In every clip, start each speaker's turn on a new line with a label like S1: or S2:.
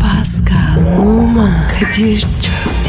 S1: Pascal, Oman, Kadir çok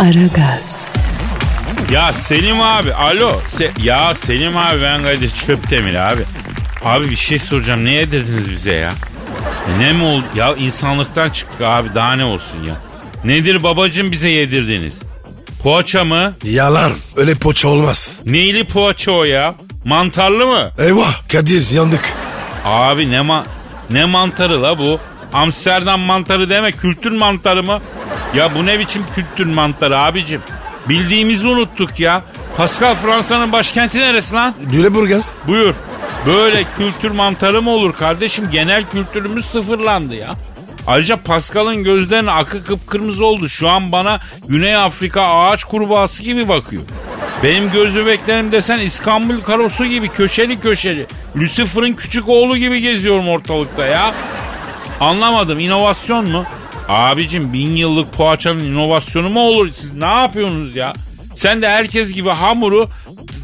S1: Aragaz,
S2: Ya Selim abi alo. Se- ya Selim abi ben Kadir Çöptemir abi. Abi bir şey soracağım ne yedirdiniz bize ya? E ne mi oldu? Ya insanlıktan çıktık abi daha ne olsun ya. Nedir babacım bize yedirdiniz? Poğaça mı?
S3: Yalan. Öyle poça olmaz.
S2: Neyli poğaça o ya? Mantarlı mı?
S3: Eyvah Kadir yandık.
S2: Abi ne ma ne mantarı la bu? Amsterdam mantarı deme kültür mantarı mı? Ya bu ne biçim kültür mantarı abicim? Bildiğimizi unuttuk ya. Pascal Fransa'nın başkenti neresi lan?
S3: Lüleburgaz.
S2: Buyur. Böyle kültür mantarı mı olur kardeşim? Genel kültürümüz sıfırlandı ya. Ayrıca Pascal'ın gözlerine akı kıpkırmızı oldu. Şu an bana Güney Afrika ağaç kurbağası gibi bakıyor. Benim göz bebeklerim desen İstanbul karosu gibi köşeli köşeli. Lucifer'ın küçük oğlu gibi geziyorum ortalıkta ya. Anlamadım inovasyon mu? Abicim bin yıllık poğaçanın inovasyonu mu olur? Siz ne yapıyorsunuz ya? Sen de herkes gibi hamuru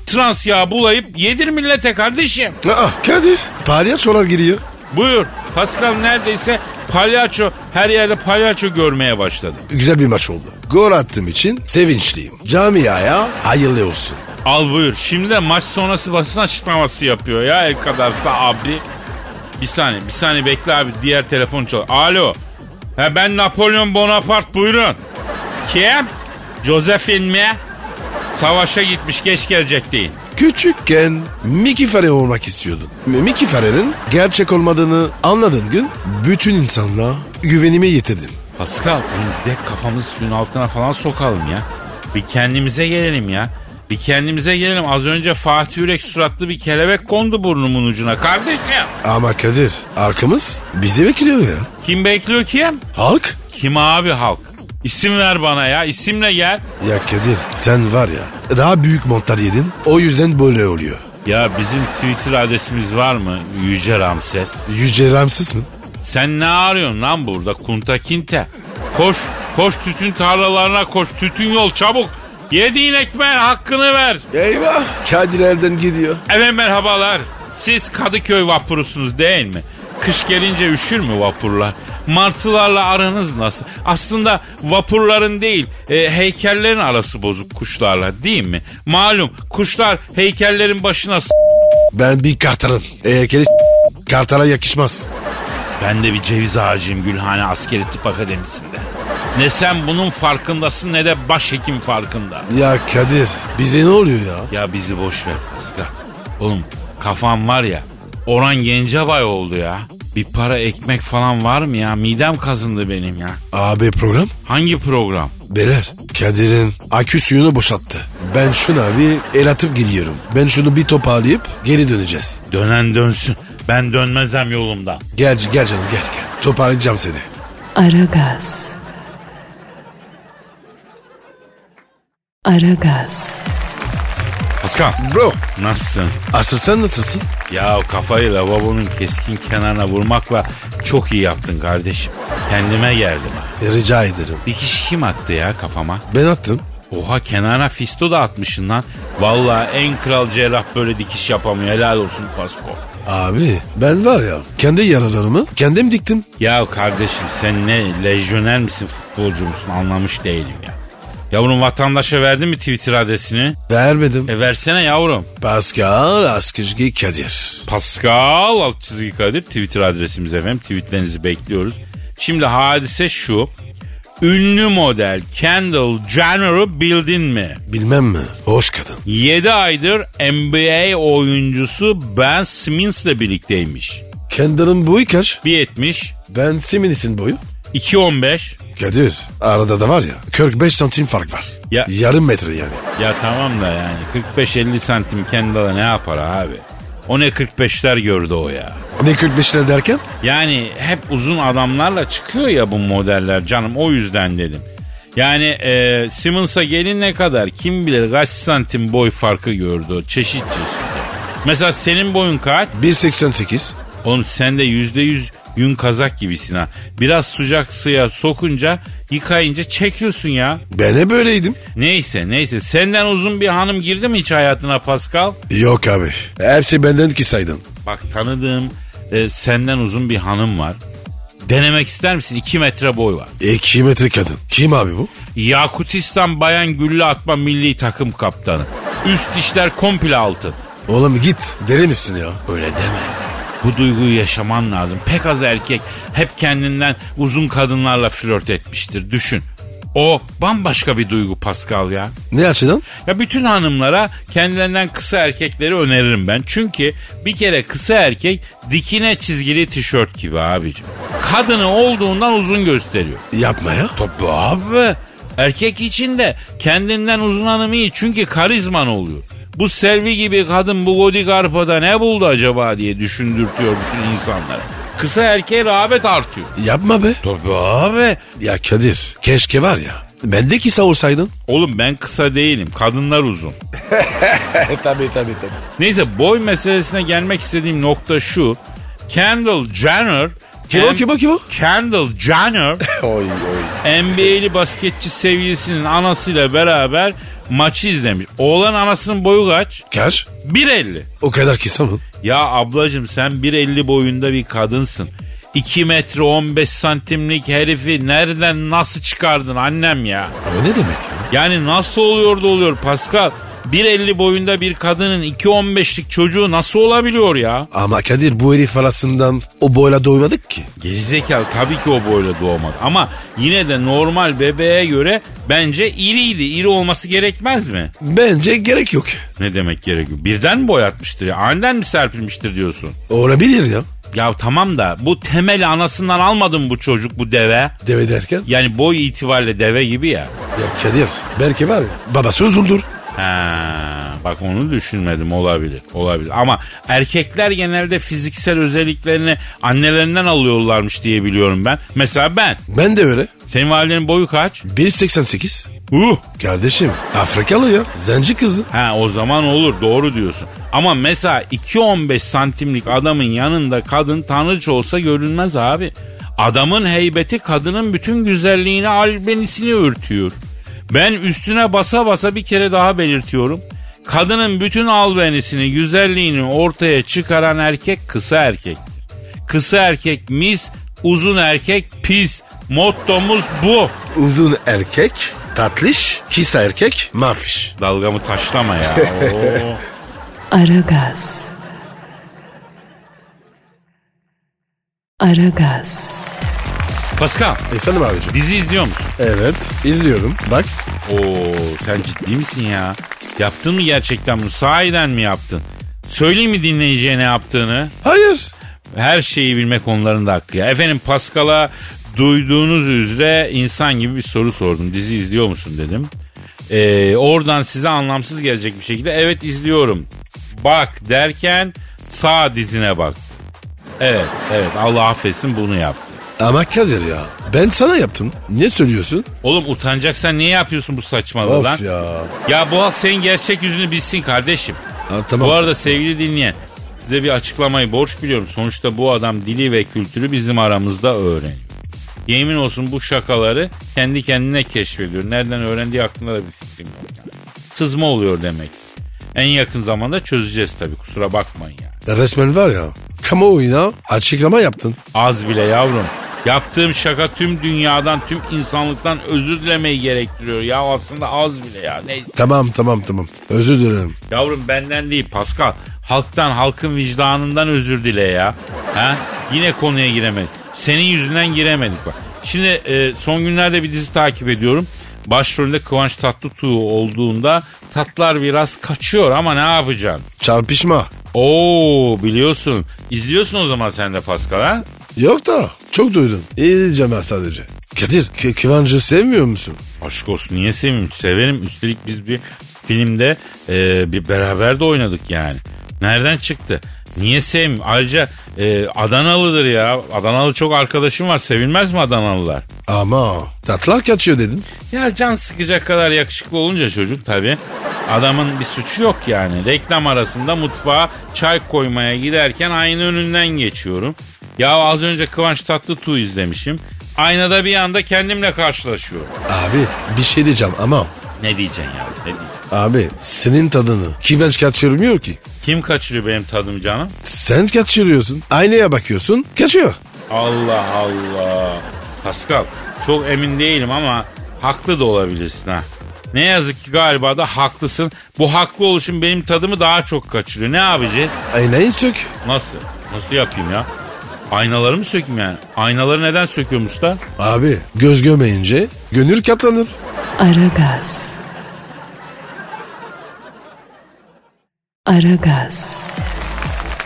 S2: trans yağı bulayıp yedir millete kardeşim.
S3: Aa, Kadir. Palyaçolar giriyor.
S2: Buyur. Pascal neredeyse palyaço her yerde palyaço görmeye başladı.
S3: Güzel bir maç oldu. Gol attığım için sevinçliyim. Camiaya hayırlı olsun.
S2: Al buyur. Şimdi de maç sonrası basın açıklaması yapıyor ya el kadarsa abi. Bir saniye bir saniye bekle abi diğer telefon çal. Alo. Ha ben Napolyon Bonaparte buyurun. Kim? Josephine mi? Savaşa gitmiş geç gelecek değil.
S3: Küçükken Mickey Ferrer olmak istiyordum. Mickey Ferrer'in gerçek olmadığını anladığım gün bütün insanlığa güvenimi yitirdim.
S2: Pascal bunu bir de kafamızı suyun altına falan sokalım ya. Bir kendimize gelelim ya. Bir kendimize gelelim. Az önce Fatih Ürek suratlı bir kelebek kondu burnumun ucuna kardeşim.
S3: Ama Kadir arkamız bizi bekliyor ya.
S2: Kim bekliyor kim?
S3: Halk?
S2: Kim abi halk? İsim ver bana ya. İsimle gel.
S3: Ya Kadir sen var ya daha büyük mantar yedin o yüzden böyle oluyor.
S2: Ya bizim Twitter adresimiz var mı Yüce Ramses?
S3: Yüce Ramses mi?
S2: Sen ne arıyorsun lan burada kunta kinte? Koş, koş tütün tarlalarına koş. Tütün yol çabuk. Yediğin ekmeğin hakkını ver.
S3: Eyvah Kadir Erden gidiyor.
S2: Evet merhabalar. Siz Kadıköy vapurusunuz değil mi? Kış gelince üşür mü vapurlar? Martılarla aranız nasıl? Aslında vapurların değil e, heykellerin arası bozuk kuşlarla değil mi? Malum kuşlar heykellerin başına s-
S3: Ben bir kartalım. Heykeli kartala yakışmaz.
S2: Ben de bir ceviz ağacıyım Gülhane Askeri Tıp Akademisi'nde. Ne sen bunun farkındasın ne de başhekim farkında.
S3: Ya Kadir bize ne oluyor ya?
S2: Ya bizi boş ver Pascal. Oğlum kafam var ya Orhan Gencebay oldu ya. Bir para ekmek falan var mı ya? Midem kazındı benim ya.
S3: AB program?
S2: Hangi program?
S3: Beler Kadir'in akü suyunu boşalttı. Ben şuna bir el atıp gidiyorum. Ben şunu bir toparlayıp geri döneceğiz.
S2: Dönen dönsün. Ben dönmezem yolumdan.
S3: Gel, gel canım gel gel. Toparlayacağım seni.
S1: Aragaz. Aragaz,
S2: Pascal.
S3: Bro
S2: Nasılsın?
S3: asıl sen nasılsın?
S2: Ya kafayı lavabonun keskin kenarına vurmakla çok iyi yaptın kardeşim. Kendime geldim ha.
S3: E, Rica ederim.
S2: Dikiş kim attı ya kafama?
S3: Ben attım.
S2: Oha kenara fisto da atmışsın lan. Valla en kral cerrah böyle dikiş yapamıyor. Helal olsun Pasko.
S3: Abi ben var ya kendi yaralarımı kendim diktim.
S2: Ya kardeşim sen ne lejyoner misin futbolcu musun anlamış değilim ya. Yavrum vatandaşa verdin mi Twitter adresini?
S3: Vermedim.
S2: E versene yavrum.
S3: Pascal Askizgi Kadir.
S2: Pascal alt çizgi Kadir Twitter adresimiz efendim. Tweetlerinizi bekliyoruz. Şimdi hadise şu. Ünlü model Kendall Jenner'ı bildin mi?
S3: Bilmem mi? Hoş kadın.
S2: 7 aydır NBA oyuncusu Ben Simmons'la birlikteymiş.
S3: Kendall'ın boyu kaç?
S2: 1.70,
S3: Ben Simmons'in boyu.
S2: 2.15.
S3: Kadir arada da var ya 45 santim fark var.
S2: Ya-
S3: Yarım metre yani.
S2: Ya tamam da yani 45-50 santim Kendall'a ne yapar abi? O ne 45'ler gördü o ya.
S3: Ne 45'ler derken?
S2: Yani hep uzun adamlarla çıkıyor ya bu modeller canım o yüzden dedim. Yani e, Simmons'a gelin ne kadar kim bilir kaç santim boy farkı gördü o çeşit çeşit. Mesela senin boyun kaç?
S3: 1.88.
S2: Oğlum sen de yüzde yüz yün kazak gibisin ha. Biraz sıcak suya sokunca yıkayınca çekiyorsun ya.
S3: Ben de böyleydim.
S2: Neyse neyse senden uzun bir hanım girdi mi hiç hayatına Pascal?
S3: Yok abi. Hepsi benden ki saydın.
S2: Bak tanıdığım e, senden uzun bir hanım var. Denemek ister misin? 2 metre boy var.
S3: 2 metre kadın. Kim abi bu?
S2: Yakutistan Bayan Güllü Atma Milli Takım Kaptanı. Üst dişler komple altın.
S3: Oğlum git. Deli misin ya?
S2: Öyle deme. Bu duyguyu yaşaman lazım. Pek az erkek hep kendinden uzun kadınlarla flört etmiştir. Düşün. O bambaşka bir duygu Pascal ya.
S3: Ne açıdan?
S2: Ya bütün hanımlara kendilerinden kısa erkekleri öneririm ben. Çünkü bir kere kısa erkek dikine çizgili tişört gibi abicim. Kadını olduğundan uzun gösteriyor.
S3: Yapma ya.
S2: Tabii abi. Erkek için de kendinden uzun hanım iyi çünkü karizman oluyor. Bu Selvi gibi kadın bu Godi Garpa'da ne buldu acaba diye düşündürtüyor bütün insanlara. Kısa erkeğe rağbet artıyor.
S3: Yapma be.
S2: Tabii abi.
S3: Ya Kadir. Keşke var ya. Ben de kısa olsaydın.
S2: Oğlum ben kısa değilim. Kadınlar uzun.
S3: E tabi tabi tabi.
S2: Neyse boy meselesine gelmek istediğim nokta şu. Kendall Jenner
S3: Kim o
S2: Ken-
S3: kim o kim o?
S2: Kendall Jenner
S3: E, Oy oy.
S2: NBA'li basketçi sevgilisinin anasıyla beraber maçı izlemiş. Oğlan anasının boyu kaç?
S3: Kaç?
S2: 1.50.
S3: O kadar kısa mı?
S2: Ya ablacım sen 1.50 boyunda bir kadınsın. 2 metre 15 santimlik herifi nereden nasıl çıkardın annem ya?
S3: O ne demek? ya?
S2: Yani nasıl oluyor da oluyor Pascal? 1.50 boyunda bir kadının 2.15'lik çocuğu nasıl olabiliyor ya?
S3: Ama Kadir bu herif arasından o boyla doymadık ki.
S2: Gerizekalı tabii ki o boyla doğmadı ama yine de normal bebeğe göre bence iriydi. İri olması gerekmez mi?
S3: Bence gerek yok.
S2: Ne demek gerekiyor? Birden mi boyatmıştır ya? Aniden mi serpilmiştir diyorsun?
S3: Olabilir ya.
S2: Ya tamam da bu temel anasından almadım bu çocuk bu deve.
S3: Deve derken.
S2: Yani boy itibariyle deve gibi ya.
S3: Ya Kadir belki var ya. Babası uzundur.
S2: Ha, bak onu düşünmedim olabilir olabilir ama erkekler genelde fiziksel özelliklerini annelerinden alıyorlarmış diye biliyorum ben. Mesela ben.
S3: Ben de öyle.
S2: Senin validenin boyu kaç?
S3: 1.88.
S2: Uh!
S3: Kardeşim Afrikalı ya. Zenci kızı.
S2: Ha o zaman olur doğru diyorsun. Ama mesela 2.15 santimlik adamın yanında kadın tanrıç olsa görünmez abi. Adamın heybeti kadının bütün güzelliğini albenisini örtüyor. Ben üstüne basa basa bir kere daha belirtiyorum. Kadının bütün albenisini, güzelliğini ortaya çıkaran erkek kısa erkektir. Kısa erkek mis, uzun erkek pis. Mottomuz bu.
S3: Uzun erkek. Tatlış. Kısa erkek. Mafiş.
S2: Dalgamı taşlama ya. Oo.
S1: Aragaz. Aragaz.
S2: Pascal
S3: Efendim abicim.
S2: dizi izliyor musun?
S3: Evet. izliyorum. Bak.
S2: Oo sen ciddi misin ya? Yaptın mı gerçekten bunu? Sahiden mi yaptın? Söyleyeyim mi dinleyiciye ne yaptığını?
S3: Hayır.
S2: Her şeyi bilmek onların da hakkı ya. Efendim Pascal'a duyduğunuz üzere insan gibi bir soru sordum. Dizi izliyor musun dedim. Ee, oradan size anlamsız gelecek bir şekilde evet izliyorum. Bak derken sağ dizine bak. Evet evet Allah affetsin bunu yaptı.
S3: Ama Kadir ya. Ben sana yaptım. Ne söylüyorsun?
S2: Oğlum utanacaksan niye yapıyorsun bu saçmalığı lan?
S3: Of ya.
S2: Ya bu halk senin gerçek yüzünü bilsin kardeşim.
S3: Ha, tamam.
S2: Bu arada sevgili dinleyen size bir açıklamayı borç biliyorum. Sonuçta bu adam dili ve kültürü bizim aramızda öğreniyor. Yemin olsun bu şakaları kendi kendine keşfediyor. Nereden öğrendiği hakkında da bir fikrim yok. yani. Sızma oluyor demek. En yakın zamanda çözeceğiz tabii kusura bakmayın yani.
S3: Resmen var ya. Kamuoyuna açıklama yaptın.
S2: Az bile yavrum. Yaptığım şaka tüm dünyadan, tüm insanlıktan özür dilemeyi gerektiriyor. Ya aslında az bile ya. Neyse.
S3: Tamam tamam tamam. Özür dilerim.
S2: Yavrum benden değil Pascal. Halktan, halkın vicdanından özür dile ya. Ha? Yine konuya giremedik. Senin yüzünden giremedik bak. Şimdi e, son günlerde bir dizi takip ediyorum. Başrolünde Kıvanç Tatlıtuğ olduğunda tatlar biraz kaçıyor ama ne yapacağım?
S3: Çarpışma.
S2: Oo biliyorsun. İzliyorsun o zaman sen de Pascal ha?
S3: Yok da çok duydum. İyice ben sadece. Kadir K- Kıvancı sevmiyor musun?
S2: Aşk olsun niye sevmiyorum? Severim. Üstelik biz bir filmde e, bir beraber de oynadık yani. Nereden çıktı? Niye sevmiyorum? Ayrıca e, Adanalıdır ya. Adanalı çok arkadaşım var. Sevilmez mi Adanalılar?
S3: Ama tatlar kaçıyor dedin.
S2: Ya can sıkacak kadar yakışıklı olunca çocuk tabii. Adamın bir suçu yok yani. Reklam arasında mutfağa çay koymaya giderken aynı önünden geçiyorum. Ya az önce Kıvanç Tatlıtuğ izlemişim. Aynada bir anda kendimle karşılaşıyorum.
S3: Abi bir şey diyeceğim ama.
S2: Ne diyeceksin ya? Ne diyeceksin?
S3: Abi senin tadını kivenç kaçırmıyor ki.
S2: Kim kaçırıyor benim tadım canım?
S3: Sen kaçırıyorsun. Aynaya bakıyorsun kaçıyor.
S2: Allah Allah. Pascal çok emin değilim ama haklı da olabilirsin ha. Ne yazık ki galiba da haklısın. Bu haklı oluşum benim tadımı daha çok kaçırıyor. Ne yapacağız?
S3: Aynayı sök.
S2: Nasıl? Nasıl yapayım ya? Aynaları mı sökeyim yani? Aynaları neden söküyorum usta?
S3: Abi göz gömeyince gönül katlanır.
S1: Aragaz. Aragaz.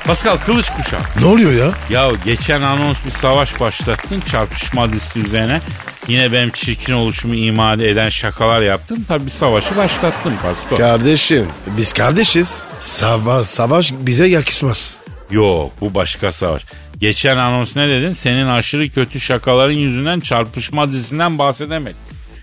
S2: Pascal kılıç kuşağı.
S3: Ne oluyor ya?
S2: Ya geçen anons bir savaş başlattın çarpışma listesi üzerine. Yine benim çirkin oluşumu imade eden şakalar yaptın. Tabii bir savaşı başlattın Pascal.
S3: Kardeşim biz kardeşiz. Savaş, savaş bize yakışmaz.
S2: Yok bu başka savaş. Geçen anons ne dedin? Senin aşırı kötü şakaların yüzünden çarpışma dizisinden bahsedemedim.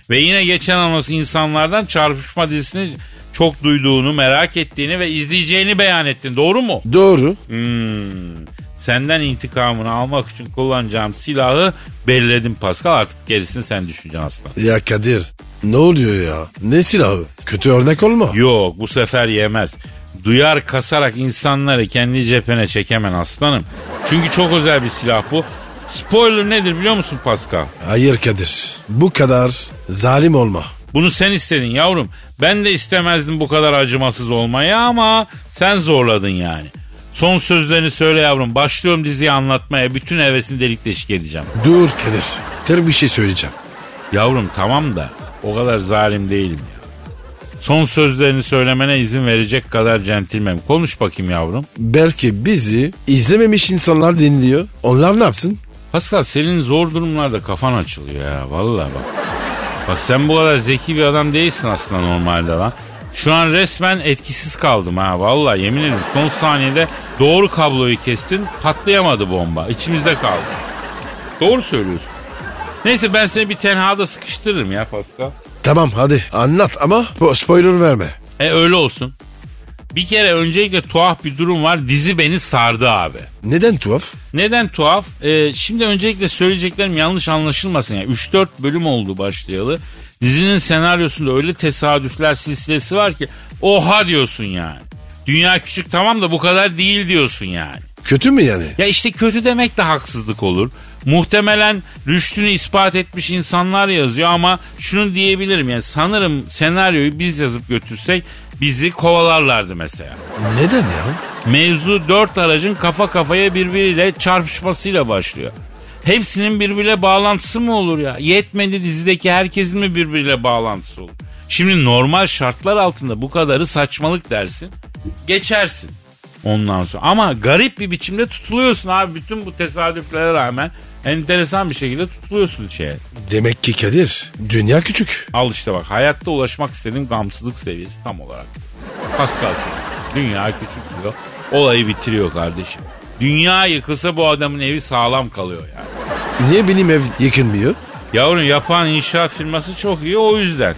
S2: Ve yine geçen anons insanlardan çarpışma dizisini çok duyduğunu, merak ettiğini ve izleyeceğini beyan ettin. Doğru mu?
S3: Doğru.
S2: Hmm. Senden intikamını almak için kullanacağım silahı belirledim Pascal. Artık gerisini sen düşüneceksin aslan.
S3: Ya Kadir ne oluyor ya? Ne silahı? Kötü örnek olma.
S2: Yok bu sefer yemez. Duyar kasarak insanları kendi cephene çekemen aslanım. Çünkü çok özel bir silah bu. Spoiler nedir biliyor musun Pascal?
S3: Hayır Kadir. Bu kadar zalim olma.
S2: Bunu sen istedin yavrum. Ben de istemezdim bu kadar acımasız olmayı ama sen zorladın yani. Son sözlerini söyle yavrum. Başlıyorum diziyi anlatmaya. Bütün hevesini delik deşik edeceğim.
S3: Dur Kadir. Ter bir şey söyleyeceğim.
S2: Yavrum tamam da o kadar zalim değilim ya. Son sözlerini söylemene izin verecek kadar centilmenim. Konuş bakayım yavrum.
S3: Belki bizi izlememiş insanlar dinliyor. Onlar ne yapsın?
S2: Pascal senin zor durumlarda kafan açılıyor ya vallahi bak. Bak sen bu kadar zeki bir adam değilsin aslında normalde lan. Şu an resmen etkisiz kaldım ha vallahi yemin ederim son saniyede doğru kabloyu kestin patlayamadı bomba içimizde kaldı. Doğru söylüyorsun. Neyse ben seni bir tenhada sıkıştırırım ya Pascal.
S3: Tamam hadi anlat ama bu spoiler verme.
S2: E öyle olsun. Bir kere öncelikle tuhaf bir durum var dizi beni sardı abi.
S3: Neden tuhaf?
S2: Neden tuhaf? Ee, şimdi öncelikle söyleyeceklerim yanlış anlaşılmasın. Yani 3-4 bölüm oldu başlayalı. Dizinin senaryosunda öyle tesadüfler silsilesi var ki oha diyorsun yani. Dünya küçük tamam da bu kadar değil diyorsun yani.
S3: Kötü mü yani?
S2: Ya işte kötü demek de haksızlık olur. Muhtemelen rüştünü ispat etmiş insanlar yazıyor ama şunu diyebilirim yani sanırım senaryoyu biz yazıp götürsek bizi kovalarlardı mesela.
S3: Neden ya?
S2: Mevzu dört aracın kafa kafaya birbiriyle çarpışmasıyla başlıyor. Hepsinin birbiriyle bağlantısı mı olur ya? Yetmedi dizideki herkesin mi birbiriyle bağlantısı olur? Şimdi normal şartlar altında bu kadarı saçmalık dersin. Geçersin ondan sonra. Ama garip bir biçimde tutuluyorsun abi. Bütün bu tesadüflere rağmen enteresan bir şekilde tutuluyorsun şeye.
S3: Demek ki Kadir dünya küçük.
S2: Al işte bak hayatta ulaşmak istediğim gamsızlık seviyesi tam olarak. Pascal seviyesi. Dünya küçük diyor. Olayı bitiriyor kardeşim. Dünya yıkılsa bu adamın evi sağlam kalıyor yani.
S3: Niye benim ev yıkılmıyor?
S2: Yavrum yapan inşaat firması çok iyi o yüzden.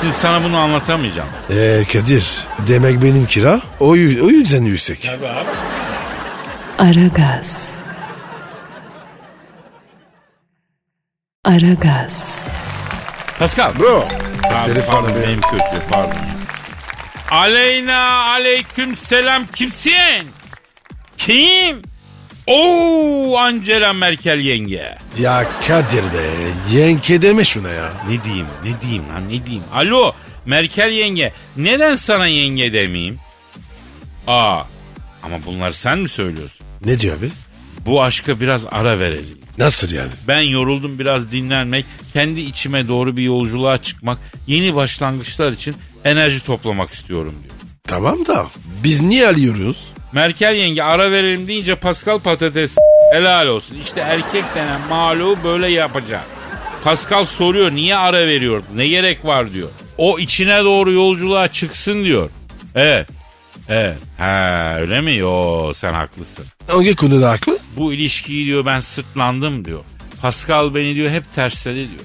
S2: Şimdi sana bunu anlatamayacağım.
S3: Ee Kadir demek benim kira o, yü- o yüzden yüksek.
S1: Aragaz. Aragaz.
S2: Pascal.
S3: Bro.
S2: Abi,
S3: telefonu
S2: pardon,
S3: be.
S2: benim kötü pardon. Aleyna aleyküm selam kimsin? Kim? Oo Angela Merkel yenge.
S3: Ya Kadir be yenke deme şuna ya.
S2: Ne diyeyim ne diyeyim lan ne diyeyim. Alo Merkel yenge neden sana yenge demeyeyim? Aa ama bunları sen mi söylüyorsun?
S3: Ne diyor abi?
S2: Bu aşka biraz ara verelim.
S3: Nasıl yani?
S2: Ben yoruldum biraz dinlenmek, kendi içime doğru bir yolculuğa çıkmak, yeni başlangıçlar için enerji toplamak istiyorum diyor.
S3: Tamam da biz niye alıyoruz?
S2: Merkel yenge ara verelim deyince Pascal patates helal olsun. İşte erkek denen maluğu böyle yapacak. Pascal soruyor niye ara veriyor? Ne gerek var diyor. O içine doğru yolculuğa çıksın diyor. Evet. Evet. Ha öyle mi? Yo sen haklısın.
S3: Hangi konuda haklı?
S2: Bu ilişkiyi diyor ben sırtlandım diyor. Pascal beni diyor hep tersledi diyor.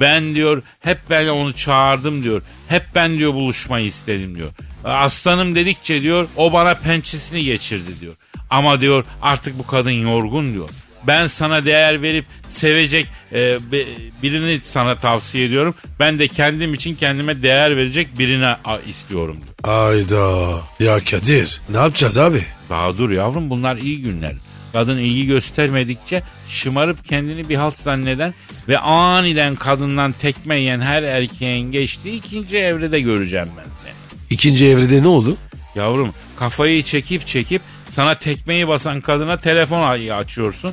S2: Ben diyor hep ben onu çağırdım diyor. Hep ben diyor buluşmayı istedim diyor. Aslanım dedikçe diyor o bana pençesini geçirdi diyor. Ama diyor artık bu kadın yorgun diyor. Ben sana değer verip sevecek e, bi- birini sana tavsiye ediyorum. Ben de kendim için kendime değer verecek birine a- istiyorum diyor.
S3: Ayda. Ya Kadir ne yapacağız abi?
S2: Daha dur yavrum bunlar iyi günler. Kadın ilgi göstermedikçe şımarıp kendini bir halt zanneden ve aniden kadından tekme yiyen her erkeğin geçtiği ikinci evrede göreceğim ben seni.
S3: İkinci evrede ne oldu?
S2: Yavrum kafayı çekip çekip sana tekmeyi basan kadına telefon a- açıyorsun.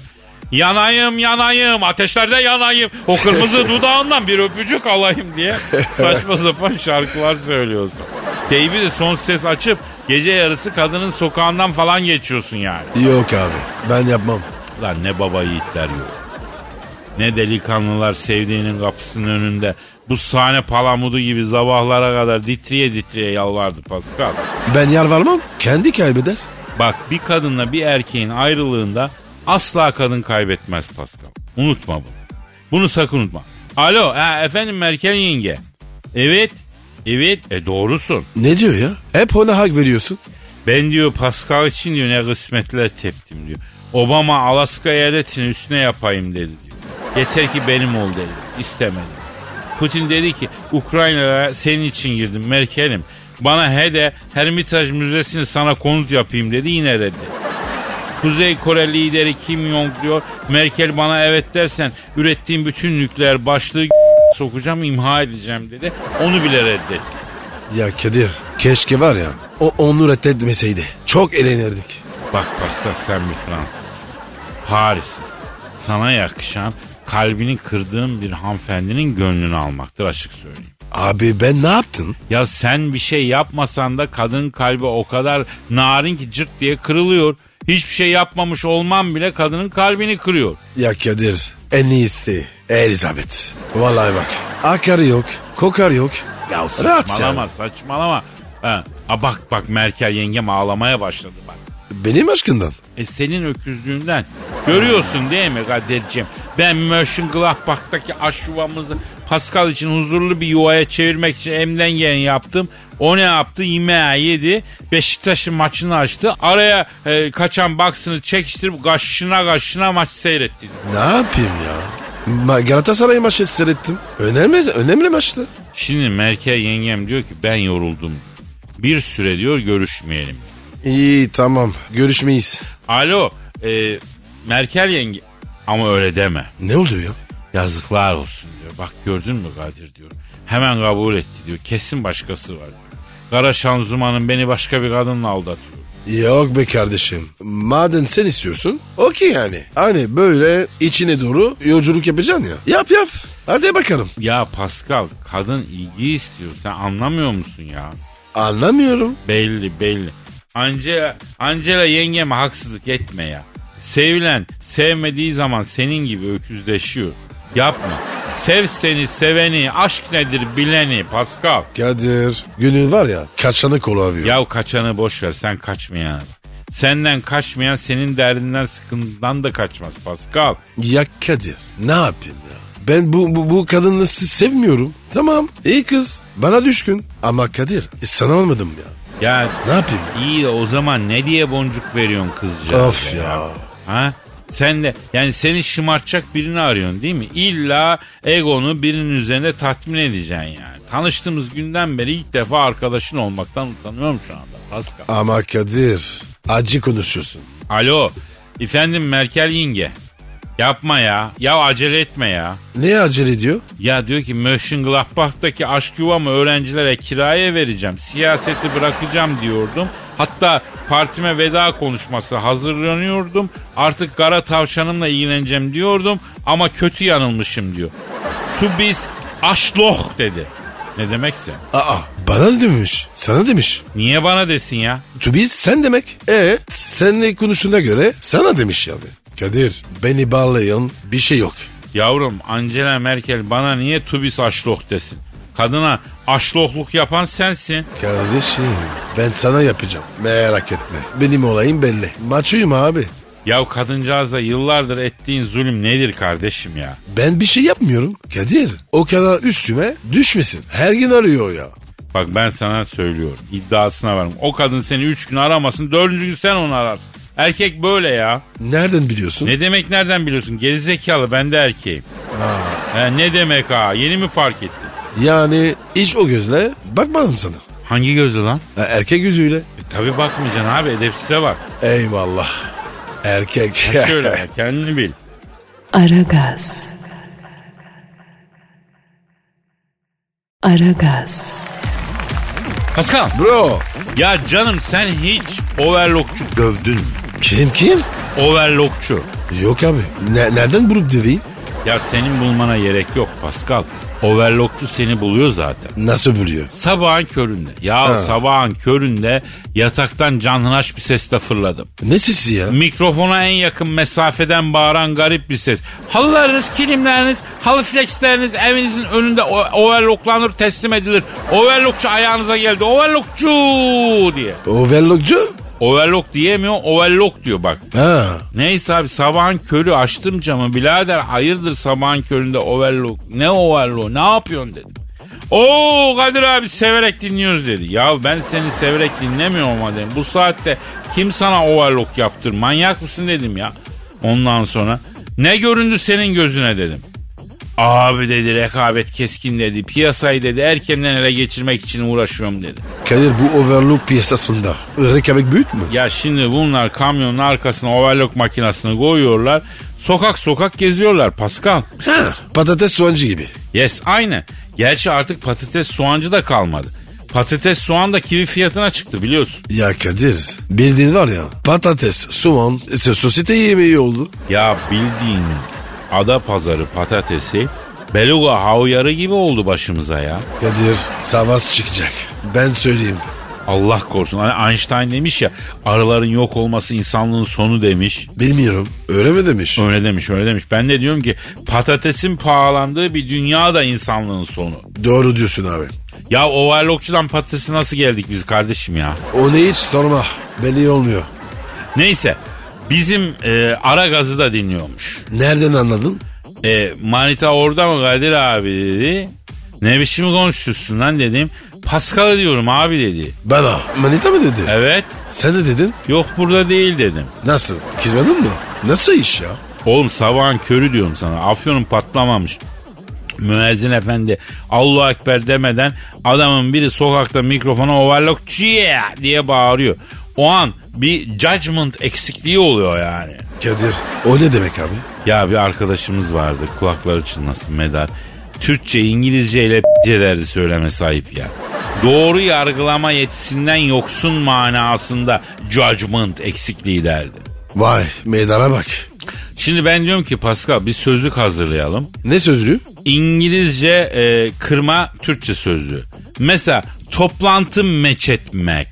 S2: Yanayım yanayım ateşlerde yanayım o kırmızı dudağından bir öpücük alayım diye saçma sapan şarkılar söylüyorsun. Teybi de son ses açıp gece yarısı kadının sokağından falan geçiyorsun yani.
S3: Yok abi ben yapmam.
S2: Lan ne baba yiğitler yok. Ne delikanlılar sevdiğinin kapısının önünde bu sahne palamudu gibi sabahlara kadar ditriye ditriye yalvardı Pascal.
S3: Ben yalvarmam kendi kaybeder.
S2: Bak bir kadınla bir erkeğin ayrılığında asla kadın kaybetmez Pascal. Unutma bunu. Bunu sakın unutma. Alo ha, efendim Merkel yenge. Evet. Evet e doğrusun.
S3: Ne diyor ya? Hep ona hak veriyorsun.
S2: Ben diyor Pascal için diyor ne kısmetler teptim diyor. Obama Alaska eyaletini üstüne yapayım dedi diyor. Yeter ki benim ol dedi. İstemedim. Putin dedi ki Ukrayna'ya senin için girdim Merkel'im. Bana he de Hermitaj Müzesi'ni sana konut yapayım dedi yine dedi. Kuzey Kore lideri Kim Jong diyor Merkel bana evet dersen ürettiğim bütün nükleer başlığı sokacağım imha edeceğim dedi. Onu bile reddetti.
S3: Ya Kadir keşke var ya o onu reddetmeseydi. Çok eğlenirdik.
S2: Bak Pascal sen bir Fransız. Paris'iz. Sana yakışan kalbini kırdığın bir hanımefendinin gönlünü almaktır açık söyleyeyim.
S3: Abi ben ne yaptım?
S2: Ya sen bir şey yapmasan da kadın kalbi o kadar narin ki cırt diye kırılıyor. Hiçbir şey yapmamış olman bile kadının kalbini kırıyor.
S3: Ya Kadir en iyisi Elizabeth. Vallahi bak akarı yok, kokar yok.
S2: Ya
S3: Rahat
S2: saçmalama
S3: yani.
S2: saçmalama. Ha. A bak bak Merkel yengem ağlamaya başladı bak.
S3: Benim aşkından.
S2: E senin öküzlüğünden. Görüyorsun değil mi Kadir'ciğim? Ben Mönchengladbach'taki aş yuvamızı Pascal için huzurlu bir yuvaya çevirmek için elimden geleni yaptım. O ne yaptı? Yemeği yedi. Beşiktaş'ın maçını açtı. Araya e, kaçan baksını çekiştirip kaşına kaşına maç seyretti.
S3: Ne yapayım ya? Ma- Galatasaray maçı seyrettim. Önemli, önemli maçtı.
S2: Şimdi Merkel yengem diyor ki ben yoruldum. Bir süre diyor görüşmeyelim.
S3: İyi tamam görüşmeyiz.
S2: Alo e, Merkel yenge ama öyle deme.
S3: Ne oldu ya?
S2: Yazıklar olsun diyor. Bak gördün mü Kadir diyor. Hemen kabul etti diyor. Kesin başkası var. diyor. Kara Şanzuman'ın beni başka bir kadınla aldatıyor.
S3: Yok be kardeşim. Madem sen istiyorsun okey yani. Hani böyle içine doğru yolculuk yapacaksın ya. Yap yap. Hadi bakalım.
S2: Ya Pascal kadın ilgi istiyor. Sen anlamıyor musun ya?
S3: Anlamıyorum.
S2: Belli belli. Angela, Angela yengeme haksızlık etme ya. Sevilen sevmediği zaman senin gibi öküzleşiyor. Yapma. Sev seni seveni aşk nedir bileni Pascal.
S3: Kadir. Gönül var ya kaçanı kola avıyor.
S2: Ya kaçanı boş ver sen kaçmayana bak. Senden kaçmayan senin derdinden sıkıntıdan da kaçmaz Pascal.
S3: Ya Kadir ne yapayım ya? Ben bu, bu, bu kadını se- sevmiyorum. Tamam iyi kız bana düşkün. Ama Kadir e, sana olmadım ya.
S2: Ya
S3: Ne yapayım?
S2: iyi de o zaman ne diye boncuk veriyorsun kızcağıza
S3: Of ya.
S2: Ha? Sen de yani seni şımartacak birini arıyorsun değil mi? İlla egonu birinin üzerinde tatmin edeceksin yani. Tanıştığımız günden beri ilk defa arkadaşın olmaktan utanıyorum şu anda Pascal.
S3: Ama Kadir acı konuşuyorsun.
S2: Alo efendim Merkel yenge. Yapma ya. Ya acele etme ya.
S3: Ne acele ediyor?
S2: Ya diyor ki Mönchengladbach'taki aşk yuvamı öğrencilere kiraya vereceğim. Siyaseti bırakacağım diyordum. Hatta partime veda konuşması hazırlanıyordum. Artık kara tavşanımla ilgileneceğim diyordum. Ama kötü yanılmışım diyor. Tu biz aşloh dedi. Ne demekse.
S3: Aa bana demiş sana demiş.
S2: Niye bana desin ya?
S3: To be sen demek. E senle konuştuğuna göre sana demiş yani. Kadir beni bağlayan bir şey yok.
S2: Yavrum Angela Merkel bana niye tubis aşloh desin? Kadına Aşlohluk yapan sensin.
S3: Kardeşim ben sana yapacağım. Merak etme. Benim olayım belli. Maçıyım abi.
S2: Ya kadıncağıza yıllardır ettiğin zulüm nedir kardeşim ya?
S3: Ben bir şey yapmıyorum. Kadir o kadar üstüme düşmesin. Her gün arıyor ya.
S2: Bak ben sana söylüyorum. iddiasına varım. O kadın seni 3 gün aramasın. 4. gün sen onu ararsın. Erkek böyle ya.
S3: Nereden biliyorsun?
S2: Ne demek nereden biliyorsun? Gerizekalı ben de erkeğim. He, ne demek ha? Yeni mi fark ettin?
S3: Yani hiç o gözle bakmadım sana.
S2: Hangi gözü lan?
S3: Ha, erkek yüzüyle.
S2: E, tabii bakmayacaksın abi edepsize bak.
S3: Eyvallah. Erkek.
S2: Şöyle bak, kendini bil.
S1: Aragaz. Aragaz.
S2: Pascal.
S3: Bro.
S2: Ya canım sen hiç overlockçu dövdün mü?
S3: Kim kim?
S2: Overlockçu.
S3: Yok abi. Ne- nereden bulup döveyim?
S2: Ya senin bulmana gerek yok Pascal. Overlockçu seni buluyor zaten.
S3: Nasıl buluyor?
S2: Sabahın köründe. Ya
S3: Ha.
S2: sabahın köründe yataktan canhınaş bir sesle fırladım.
S3: Ne sesi ya?
S2: Mikrofona en yakın mesafeden bağıran garip bir ses. Halılarınız, kilimleriniz, halı flexleriniz evinizin önünde o- overlocklanır, teslim edilir. Overlockçu ayağınıza geldi. Overlockçu diye.
S3: Overlockçu?
S2: Overlock diyemiyor, overlock diyor bak.
S3: Ha.
S2: Neyse abi sabahın körü açtım camı. Birader hayırdır sabahın köründe overlock. Ne overlock ne yapıyorsun dedim. Oo Kadir abi severek dinliyoruz dedi. Ya ben seni severek dinlemiyorum madem. Bu saatte kim sana overlock yaptır manyak mısın dedim ya. Ondan sonra ne göründü senin gözüne dedim. Abi dedi rekabet keskin dedi. Piyasayı dedi erkenden ele geçirmek için uğraşıyorum dedi.
S3: Kadir bu overlock piyasasında. Rekabet büyük mü?
S2: Ya şimdi bunlar kamyonun arkasına overlock makinesini koyuyorlar. Sokak sokak geziyorlar Pascal.
S3: Ha. Patates soğancı gibi.
S2: Yes aynı. Gerçi artık patates soğancı da kalmadı. Patates soğan da kiri fiyatına çıktı biliyorsun.
S3: Ya Kadir bildiğin var ya patates, soğan, s- sosyete yemeği oldu.
S2: Ya bildiğin ada pazarı patatesi beluga havyarı gibi oldu başımıza ya.
S3: Kadir savaş çıkacak. Ben söyleyeyim.
S2: Allah korusun. Hani Einstein demiş ya arıların yok olması insanlığın sonu demiş.
S3: Bilmiyorum. Öyle mi demiş?
S2: Öyle demiş öyle demiş. Ben de diyorum ki patatesin pahalandığı bir dünya da insanlığın sonu.
S3: Doğru diyorsun abi.
S2: Ya overlockçudan patatesi nasıl geldik biz kardeşim ya?
S3: Onu hiç sorma. Belli olmuyor.
S2: Neyse bizim e, ara gazı da dinliyormuş.
S3: Nereden anladın?
S2: E, manita orada mı Kadir abi dedi. Ne biçim konuşuyorsun lan dedim. Pascal diyorum abi dedi.
S3: Bana. Manita mı dedi?
S2: Evet.
S3: Sen de dedin.
S2: Yok burada değil dedim.
S3: Nasıl? Kızmadın mı? Nasıl iş ya?
S2: Oğlum sabahın körü diyorum sana. Afyonun patlamamış. Müezzin efendi Allahu Ekber demeden adamın biri sokakta mikrofona overlock "Ciye!" diye bağırıyor. O an bir judgment eksikliği oluyor yani.
S3: Kadir o ne demek abi?
S2: Ya bir arkadaşımız vardı kulakları çınlasın medar. Türkçe, İngilizce ile p***ce derdi söyleme sahip ya. Doğru yargılama yetisinden yoksun manasında judgment eksikliği derdi.
S3: Vay meydana bak.
S2: Şimdi ben diyorum ki Pascal bir sözlük hazırlayalım.
S3: Ne sözlü?
S2: İngilizce e, kırma Türkçe sözlüğü. Mesela toplantı meç etmek,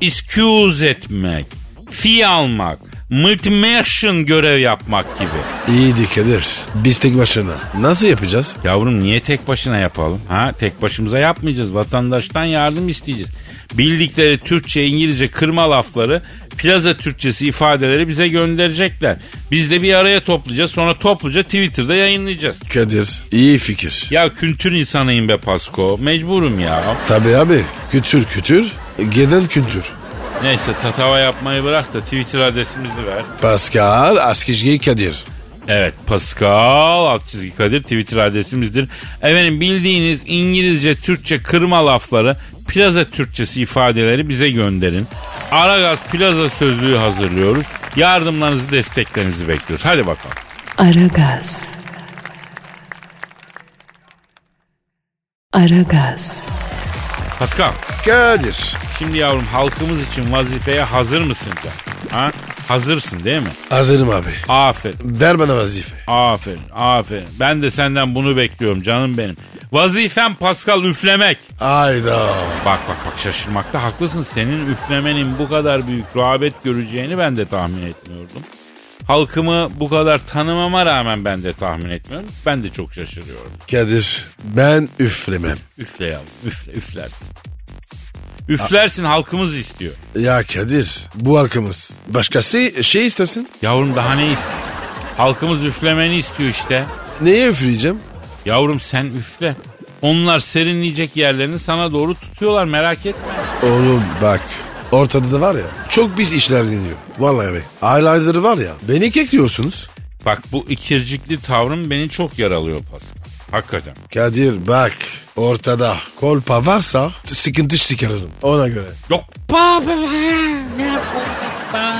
S2: excuse etmek, fee almak, multimation görev yapmak gibi.
S3: İyiydi Kadir. Biz tek başına. Nasıl yapacağız?
S2: Yavrum niye tek başına yapalım? Ha tek başımıza yapmayacağız. Vatandaştan yardım isteyeceğiz. Bildikleri Türkçe, İngilizce kırma lafları, plaza Türkçesi ifadeleri bize gönderecekler. Biz de bir araya toplayacağız. Sonra topluca Twitter'da yayınlayacağız.
S3: Kadir iyi fikir.
S2: Ya kültür insanıyım be Pasko. Mecburum ya.
S3: Tabii abi. Kütür kütür. Genel kültür.
S2: Neyse tatava yapmayı bırak da Twitter adresimizi ver.
S3: Pascal Askizgi Kadir.
S2: Evet Pascal alt çizgi Kadir Twitter adresimizdir. Efendim bildiğiniz İngilizce, Türkçe kırma lafları, plaza Türkçesi ifadeleri bize gönderin. Aragaz plaza sözlüğü hazırlıyoruz. Yardımlarınızı, desteklerinizi bekliyoruz. Hadi bakalım.
S1: Aragaz. Aragaz.
S2: Pascal,
S3: Kadir.
S2: şimdi yavrum halkımız için vazifeye hazır mısın sen? Ha? Hazırsın değil mi?
S3: Hazırım abi.
S2: Aferin.
S3: Ver bana vazife.
S2: Aferin, aferin. Ben de senden bunu bekliyorum canım benim. Vazifem Pascal üflemek.
S3: Ayda.
S2: Bak bak bak şaşırmakta haklısın. Senin üflemenin bu kadar büyük rağbet göreceğini ben de tahmin etmiyordum. Halkımı bu kadar tanımama rağmen ben de tahmin etmiyorum. Ben de çok şaşırıyorum.
S3: Kadir ben üflemem.
S2: Üfle yavrum üfle üflersin. Üflersin halkımız istiyor.
S3: Ya Kadir bu arkamız. Başkası şey istesin.
S2: Yavrum daha ne istiyor? Halkımız üflemeni istiyor işte.
S3: Neye üfleyeceğim?
S2: Yavrum sen üfle. Onlar serinleyecek yerlerini sana doğru tutuyorlar merak etme.
S3: Oğlum bak ortada da var ya çok biz işler deniyor. Vallahi be. Aylardır var ya beni kekliyorsunuz.
S2: Bak bu ikircikli tavrım beni çok yaralıyor Pascal. Hakikaten.
S3: Kadir bak ortada kolpa varsa sıkıntı çıkarırım ona göre.
S2: Yok baba ne kolpası?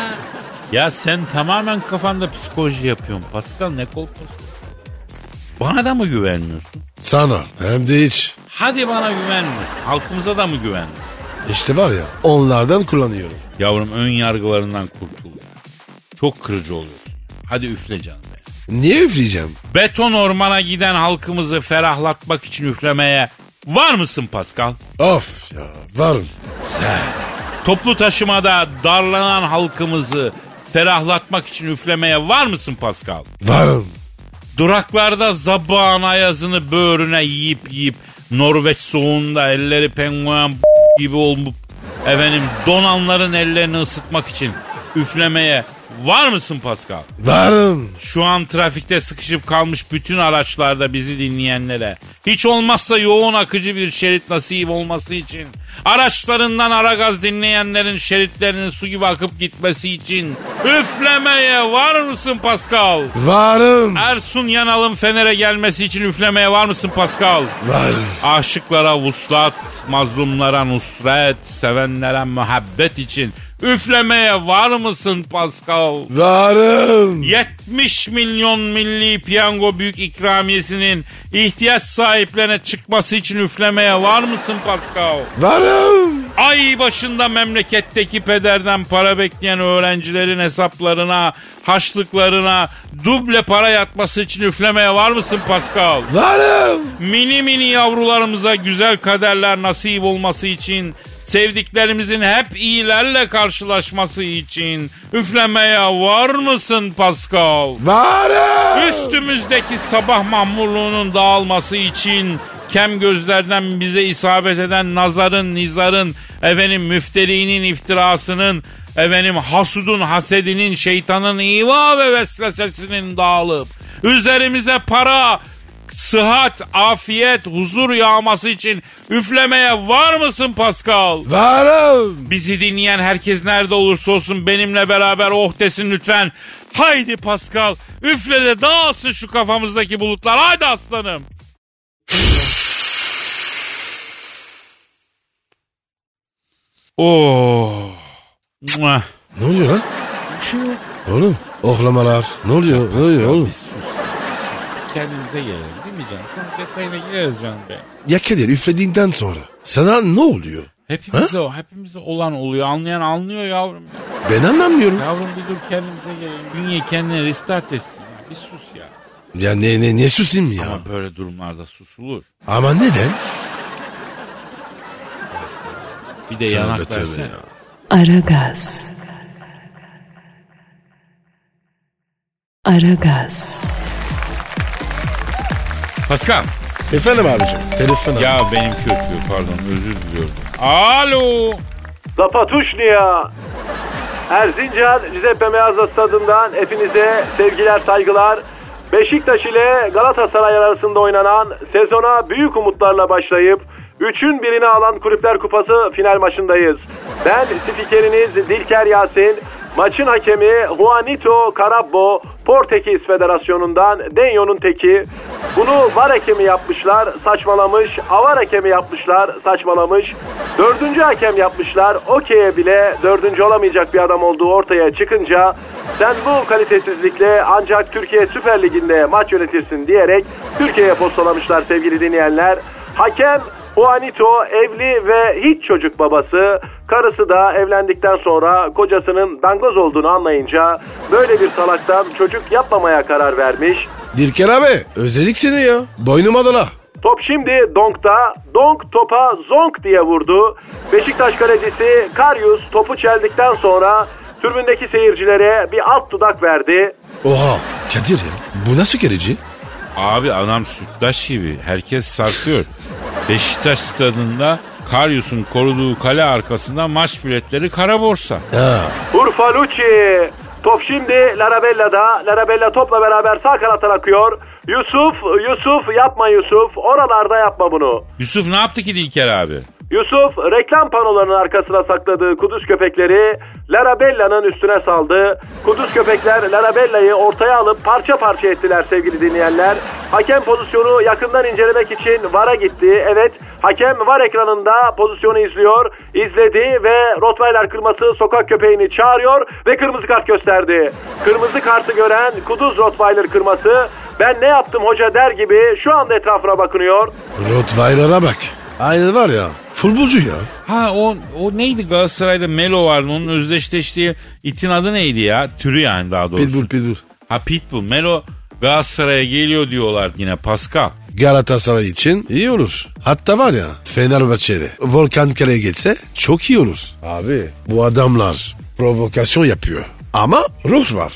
S2: Ya sen tamamen kafanda psikoloji yapıyorsun Pascal ne kolpası? Bana da mı güvenmiyorsun?
S3: Sana hem de hiç.
S2: Hadi bana güvenmiyorsun. Halkımıza da mı güvenmiyorsun?
S3: İşte var ya onlardan kullanıyorum.
S2: Yavrum ön yargılarından kurtul. Çok kırıcı oluyorsun. Hadi üfle canım benim.
S3: Niye üfleyeceğim?
S2: Beton ormana giden halkımızı ferahlatmak için üflemeye var mısın Pascal?
S3: Of ya varım.
S2: Toplu taşımada darlanan halkımızı ferahlatmak için üflemeye var mısın Pascal?
S3: Varım.
S2: Duraklarda zabağın ayazını böğrüne yiyip yiyip Norveç soğuğunda elleri penguen gibi olmup efendim donanların ellerini ısıtmak için üflemeye var mısın Pascal?
S3: Varım.
S2: Şu an trafikte sıkışıp kalmış bütün araçlarda bizi dinleyenlere. Hiç olmazsa yoğun akıcı bir şerit nasip olması için. Araçlarından ara gaz dinleyenlerin şeritlerinin su gibi akıp gitmesi için. Üflemeye var mısın Pascal?
S3: Varım.
S2: Ersun Yanal'ın Fener'e gelmesi için üflemeye var mısın Pascal?
S3: Varım.
S2: Aşıklara vuslat, mazlumlara nusret, sevenlere muhabbet için üflemeye var mısın Pascal?
S3: Varım.
S2: 70 milyon milli piyango büyük ikramiyesinin ihtiyaç sahiplerine çıkması için üflemeye var mısın Pascal?
S3: Varım.
S2: Ay başında memleketteki pederden para bekleyen öğrencilerin hesaplarına, haçlıklarına duble para yatması için üflemeye var mısın Pascal?
S3: Varım.
S2: Mini mini yavrularımıza güzel kaderler nasip olması için, sevdiklerimizin hep iyilerle karşılaşması için üflemeye var mısın Pascal?
S3: Varım.
S2: Üstümüzdeki sabah mahmurluğunun dağılması için kem gözlerden bize isabet eden nazarın, nizarın, efendim müfteriğinin iftirasının, efendim hasudun, hasedinin, şeytanın iva ve vesvesesinin dağılıp üzerimize para, sıhhat, afiyet, huzur yağması için üflemeye var mısın Pascal?
S3: Varım.
S2: Bizi dinleyen herkes nerede olursa olsun benimle beraber oh desin lütfen. Haydi Pascal üfle de dağılsın şu kafamızdaki bulutlar. Haydi aslanım. Oh. Mua.
S3: Ne oluyor lan? Oğlum ohlamalar. Ne oluyor? Ne oluyor oğlum?
S2: Kendimize gelelim değil mi canım? Sonra detayına gireriz canım be.
S3: Ya Kadir üflediğinden sonra sana ne oluyor?
S2: Hepimize o, hepimize olan oluyor. Anlayan anlıyor yavrum.
S3: Ben anlamıyorum.
S2: Yavrum bir dur kendimize gelelim. Bünye kendine restart etsin. ya. Bir sus ya.
S3: Ya ne ne ne susayım ya? Ama,
S2: Ama böyle durumlarda susulur.
S3: neden?
S2: Bir de
S3: Tövbe
S2: yanak
S3: tövbe
S2: versene.
S3: ya.
S1: Aragaz. Aragaz.
S2: Pascal.
S3: Efendim abicim. Telefon abi.
S2: Ya benim kötü pardon özür diliyorum. Alo.
S4: Zapatuşni ya. Erzincan Rizeppe Meazza Stadı'ndan hepinize sevgiler saygılar. Beşiktaş ile Galatasaray arasında oynanan sezona büyük umutlarla başlayıp 3'ün birini alan Kulüpler Kupası final maçındayız. Ben spikeriniz Dilker Yasin, maçın hakemi Juanito Carabbo, Portekiz Federasyonu'ndan Denyo'nun teki. Bunu var hakemi yapmışlar, saçmalamış, avar hakemi yapmışlar, saçmalamış. Dördüncü hakem yapmışlar, okey'e bile dördüncü olamayacak bir adam olduğu ortaya çıkınca sen bu kalitesizlikle ancak Türkiye Süper Ligi'nde maç yönetirsin diyerek Türkiye'ye postalamışlar sevgili dinleyenler. Hakem Juanito evli ve hiç çocuk babası. Karısı da evlendikten sonra kocasının dangoz olduğunu anlayınca böyle bir salaktan çocuk yapmamaya karar vermiş.
S3: Dilker abi özledik seni ya. Boynum adala.
S4: Top şimdi Donk'ta. Donk topa Zonk diye vurdu. Beşiktaş kalecisi Karius topu çeldikten sonra Türbündeki seyircilere bir alt dudak verdi.
S3: Oha Kadir ya bu nasıl kereci?
S2: Abi adam sütlaç gibi. Herkes sarkıyor. Beşiktaş stadında Karyus'un koruduğu kale arkasında maç biletleri kara borsa.
S3: Ha.
S4: Urfa Lucci. Top şimdi Larabella'da. Larabella topla beraber sağ kanattan akıyor. Yusuf, Yusuf yapma Yusuf. Oralarda yapma bunu.
S2: Yusuf ne yaptı ki İlker abi?
S4: Yusuf reklam panolarının arkasına sakladığı kuduz köpekleri Larabella'nın üstüne saldı. Kuduz köpekler Larabella'yı ortaya alıp parça parça ettiler sevgili dinleyenler. Hakem pozisyonu yakından incelemek için VAR'a gitti. Evet hakem VAR ekranında pozisyonu izliyor. İzledi ve Rottweiler kırması sokak köpeğini çağırıyor ve kırmızı kart gösterdi. Kırmızı kartı gören kuduz Rottweiler kırması ben ne yaptım hoca der gibi şu anda etrafına bakınıyor.
S3: Rottweiler'a bak. Aynı var ya. Futbolcu ya.
S2: Ha o, o neydi Galatasaray'da Melo vardı onun özdeşleştiği itin adı neydi ya? Türü yani daha doğrusu.
S3: Pitbull pitbull.
S2: Ha Pitbull. Melo Galatasaray'a geliyor diyorlar yine Pascal.
S3: Galatasaray için iyi olur. Hatta var ya Fenerbahçe'de Volkan Kale'ye geçse çok iyi olur. Abi bu adamlar provokasyon yapıyor. Ama ruh var.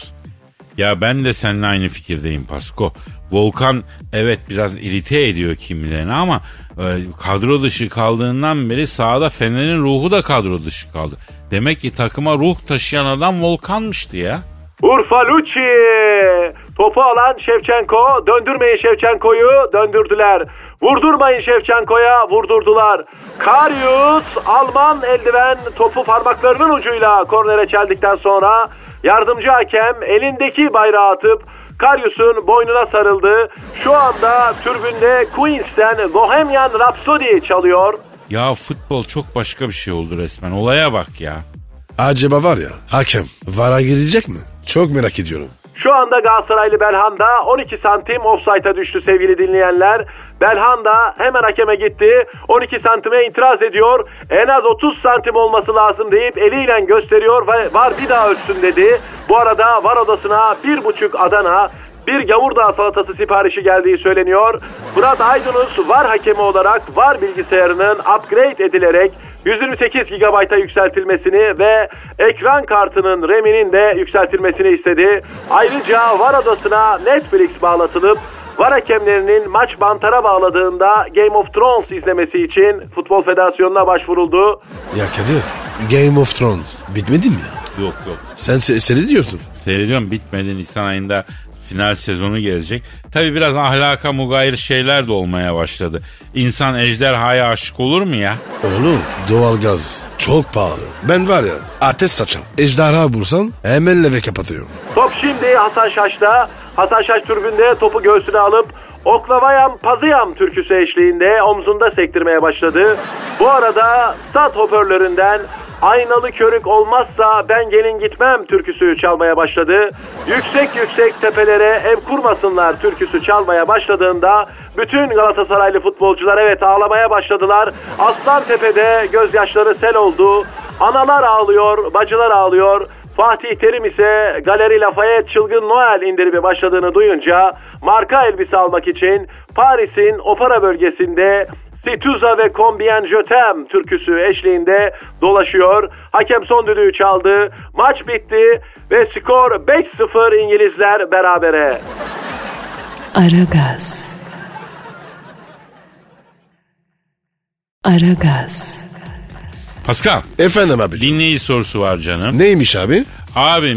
S2: Ya ben de seninle aynı fikirdeyim Pasko. Volkan evet biraz irite ediyor kimilerini ama e, kadro dışı kaldığından beri sahada Fener'in ruhu da kadro dışı kaldı. Demek ki takıma ruh taşıyan adam Volkan'mıştı ya.
S4: Urfa Lucci. Topu alan Şevçenko. Döndürmeyin Şevçenko'yu. Döndürdüler. Vurdurmayın Şevçenko'ya. Vurdurdular. Karius Alman eldiven topu parmaklarının ucuyla kornere çeldikten sonra yardımcı hakem elindeki bayrağı atıp Karius'un boynuna sarıldı. Şu anda türbünde Queens'ten Bohemian Rhapsody çalıyor.
S2: Ya futbol çok başka bir şey oldu resmen. Olaya bak ya.
S3: Acaba var ya hakem vara girecek mi? Çok merak ediyorum.
S4: Şu anda Galatasaraylı Belhanda 12 santim offside'a düştü sevgili dinleyenler. Belhanda hemen hakeme gitti. 12 santime itiraz ediyor. En az 30 santim olması lazım deyip eliyle gösteriyor ve var bir daha ölçsün dedi. Bu arada var odasına 1,5 Adana bir gavurdağ salatası siparişi geldiği söyleniyor. Murat Aydınus var hakemi olarak var bilgisayarının upgrade edilerek 128 GB'a yükseltilmesini ve ekran kartının RAM'inin de yükseltilmesini istedi. Ayrıca VAR adasına Netflix bağlatılıp VAR hakemlerinin maç bantara bağladığında Game of Thrones izlemesi için Futbol Federasyonu'na başvuruldu.
S3: Ya Kadir Game of Thrones bitmedi mi ya?
S2: Yok yok.
S3: Sen se- seri diyorsun.
S2: Seyrediyorum bitmedi Nisan ayında final sezonu gelecek. Tabi biraz ahlaka mugayir şeyler de olmaya başladı. İnsan ejderhaya aşık olur mu ya?
S3: Oğlum doğalgaz çok pahalı. Ben var ya ateş saçam. Ejderha bulsan hemen leve kapatıyorum.
S4: Top şimdi Hasan Şaş'ta. Hasan Şaş türbünde topu göğsüne alıp Oklavayam Pazıyam türküsü eşliğinde omzunda sektirmeye başladı. Bu arada stat hoparlöründen aynalı körük olmazsa ben gelin gitmem türküsü çalmaya başladı. Yüksek yüksek tepelere ev kurmasınlar türküsü çalmaya başladığında bütün Galatasaraylı futbolcular evet ağlamaya başladılar. Aslan Tepe'de gözyaşları sel oldu. Analar ağlıyor, bacılar ağlıyor. Fatih Terim ise Galeri Lafayette çılgın Noel indirimi başladığını duyunca marka elbise almak için Paris'in opera bölgesinde Situza ve Combien Je t'aime türküsü eşliğinde dolaşıyor. Hakem son düdüğü çaldı. Maç bitti ve skor 5-0 İngilizler berabere.
S1: Aragaz. Aragaz.
S2: Pascal
S3: Efendim abi.
S2: dinleyici sorusu var canım.
S3: Neymiş abi?
S2: Abi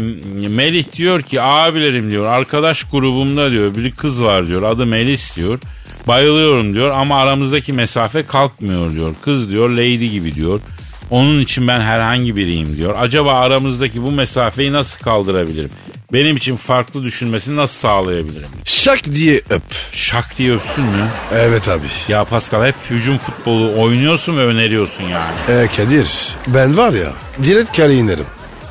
S2: Melih diyor ki abilerim diyor arkadaş grubumda diyor bir kız var diyor adı Melis diyor. Bayılıyorum diyor ama aramızdaki mesafe kalkmıyor diyor. Kız diyor lady gibi diyor. Onun için ben herhangi biriyim diyor. Acaba aramızdaki bu mesafeyi nasıl kaldırabilirim? Benim için farklı düşünmesini nasıl sağlayabilirim?
S3: Şak diye öp.
S2: Şak diye öpsün mü?
S3: Evet abi.
S2: Ya Pascal hep hücum futbolu oynuyorsun ve öneriyorsun yani.
S3: E Kadir ben var ya direkt kale inerim.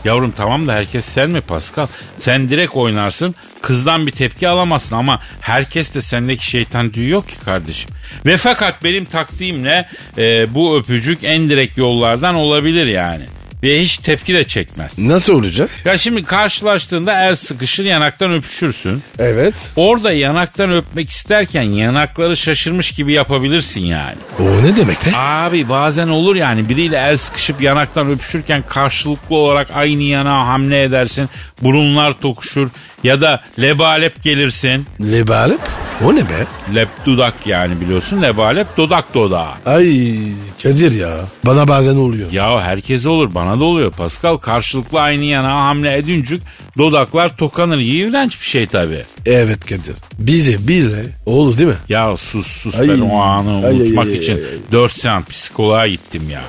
S2: Yavrum tamam da herkes sen mi Pascal? Sen direkt oynarsın kızdan bir tepki alamazsın ama herkes de sendeki şeytan tüyü yok ki kardeşim. Ve Ee, fakat benim taktiğimle e, bu öpücük en direkt yollardan olabilir yani. Ve hiç tepki de çekmez.
S3: Nasıl olacak?
S2: Ya şimdi karşılaştığında el sıkışır yanaktan öpüşürsün.
S3: Evet.
S2: Orada yanaktan öpmek isterken yanakları şaşırmış gibi yapabilirsin yani.
S3: O ne demek be?
S2: Abi bazen olur yani biriyle el sıkışıp yanaktan öpüşürken karşılıklı olarak aynı yanağa hamle edersin. Burunlar tokuşur ya da lebalep gelirsin.
S3: Lebalep? O ne be?
S2: Lep dudak yani biliyorsun lebalep dodak dodağa.
S3: Ay Kadir ya. Bana bazen oluyor.
S2: Ya herkes olur bana da oluyor Pascal. Karşılıklı aynı yanağa hamle edincük dodaklar tokanır. İğrenç bir şey tabii.
S3: Evet Kadir. Bize bile oldu değil mi?
S2: Ya sus sus
S3: Ay.
S2: ben o anı
S3: Ay, ay,
S2: unutmak
S3: ay, ay,
S2: için
S3: ay, ay.
S2: 4 seans psikoloğa gittim ya.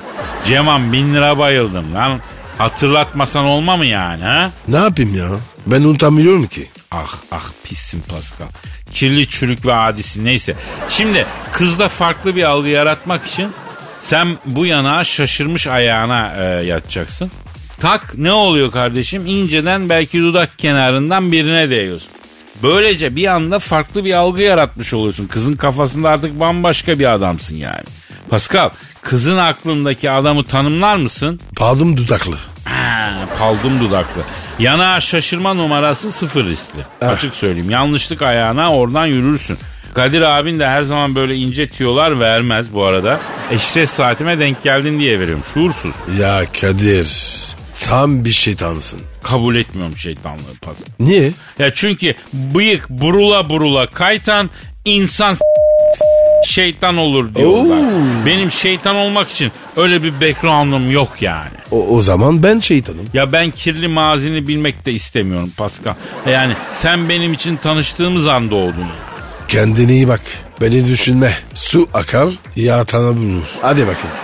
S2: Ceman bin lira bayıldım lan. Hatırlatmasan olma mı yani ha?
S3: Ne yapayım ya? Ben unutamıyorum ki.
S2: Ah ah pissin Pascal. Kirli çürük ve adisi neyse. Şimdi kızda farklı bir algı yaratmak için sen bu yanağa şaşırmış ayağına e, yatacaksın. Tak ne oluyor kardeşim? İnceden belki dudak kenarından birine değiyorsun. Böylece bir anda farklı bir algı yaratmış oluyorsun. Kızın kafasında artık bambaşka bir adamsın yani. Pascal kızın aklındaki adamı tanımlar mısın?
S3: Pardon dudaklı.
S2: Ha, paldım dudaklı. Yana şaşırma numarası sıfır riskli. Açık söyleyeyim. Yanlışlık ayağına oradan yürürsün. Kadir abin de her zaman böyle ince tüyolar vermez bu arada. Eşref saatime denk geldin diye veriyorum. Şuursuz.
S3: Ya Kadir. Tam bir şeytansın.
S2: Kabul etmiyorum şeytanlığı pas.
S3: Niye?
S2: Ya çünkü bıyık burula burula kaytan insan s- şeytan olur diyorlar.
S3: Oo.
S2: Benim şeytan olmak için öyle bir background'um yok yani.
S3: O, o zaman ben şeytanım.
S2: Ya ben kirli mazini bilmek de istemiyorum Pascal. Yani sen benim için tanıştığımız an doğdun.
S3: Kendine iyi bak. Beni düşünme. Su akar, yatağına bulur. Hadi bakayım.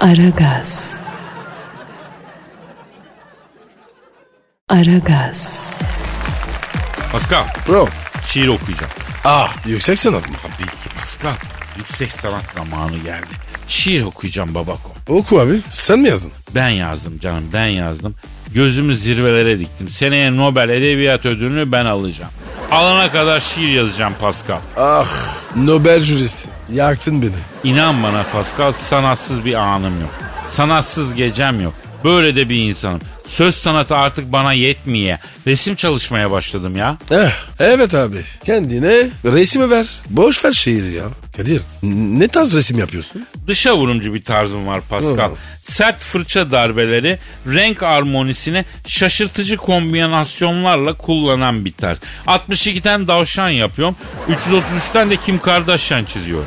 S1: Aragaz. Aragaz.
S2: Pascal
S3: Bro.
S2: şiir okuyacağım.
S3: Ah, yüksek sanat mı?
S2: Tabii ki Pascal. Yüksek sanat zamanı geldi. Şiir okuyacağım babako.
S3: Oku abi. Sen mi yazdın?
S2: Ben yazdım canım ben yazdım. Gözümü zirvelere diktim. Seneye Nobel Edebiyat Ödülünü ben alacağım. Alana kadar şiir yazacağım Pascal.
S3: Ah, Nobel jürisi. Yaktın beni.
S2: İnan bana Pascal sanatsız bir anım yok. Sanatsız gecem yok. Böyle de bir insanım. Söz sanatı artık bana yetmiyor. Resim çalışmaya başladım ya.
S3: Eh, evet abi. Kendine resmi ver. Boş ver şiiri ya. Kadir, n- ne tarz resim yapıyorsun?
S2: Dışa vurumcu bir tarzım var Pascal.
S3: Hı.
S2: Sert fırça darbeleri renk armonisini şaşırtıcı kombinasyonlarla kullanan bir tarz. 62'den Davşan yapıyorum. 333'ten de Kim Kardashian çiziyorum.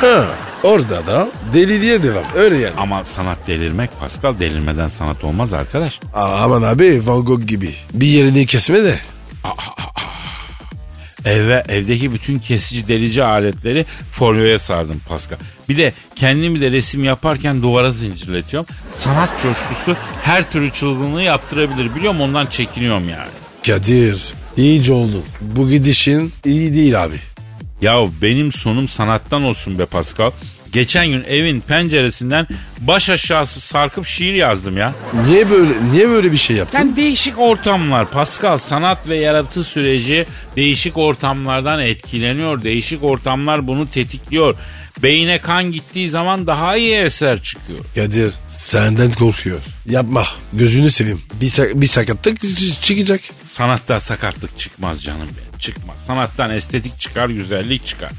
S3: Ha, orada da deliliğe devam. Öyle yani.
S2: Ama sanat delirmek Pascal delirmeden sanat olmaz arkadaş.
S3: Aa, aman abi Van Gogh gibi. Bir yerini kesme de.
S2: Eve evdeki bütün kesici delici aletleri folyoya sardım Pascal. Bir de kendimi de resim yaparken duvara zincirletiyorum. Sanat coşkusu her türlü çılgınlığı yaptırabilir biliyorum ondan çekiniyorum yani.
S3: Kadir, iyice oldu. Bu gidişin iyi değil abi.
S2: Ya benim sonum sanattan olsun be Pascal. Geçen gün evin penceresinden baş aşağısı sarkıp şiir yazdım ya.
S3: Niye böyle niye böyle bir şey yaptın?
S2: Yani değişik ortamlar Pascal sanat ve yaratı süreci değişik ortamlardan etkileniyor. Değişik ortamlar bunu tetikliyor. Beyine kan gittiği zaman daha iyi eser çıkıyor.
S3: Kadir senden korkuyor. Yapma. Gözünü seveyim. Bir, sak- bir sakatlık çı- çıkacak.
S2: Sanatta sakatlık çıkmaz canım benim çıkmaz. Sanattan estetik çıkar güzellik çıkar.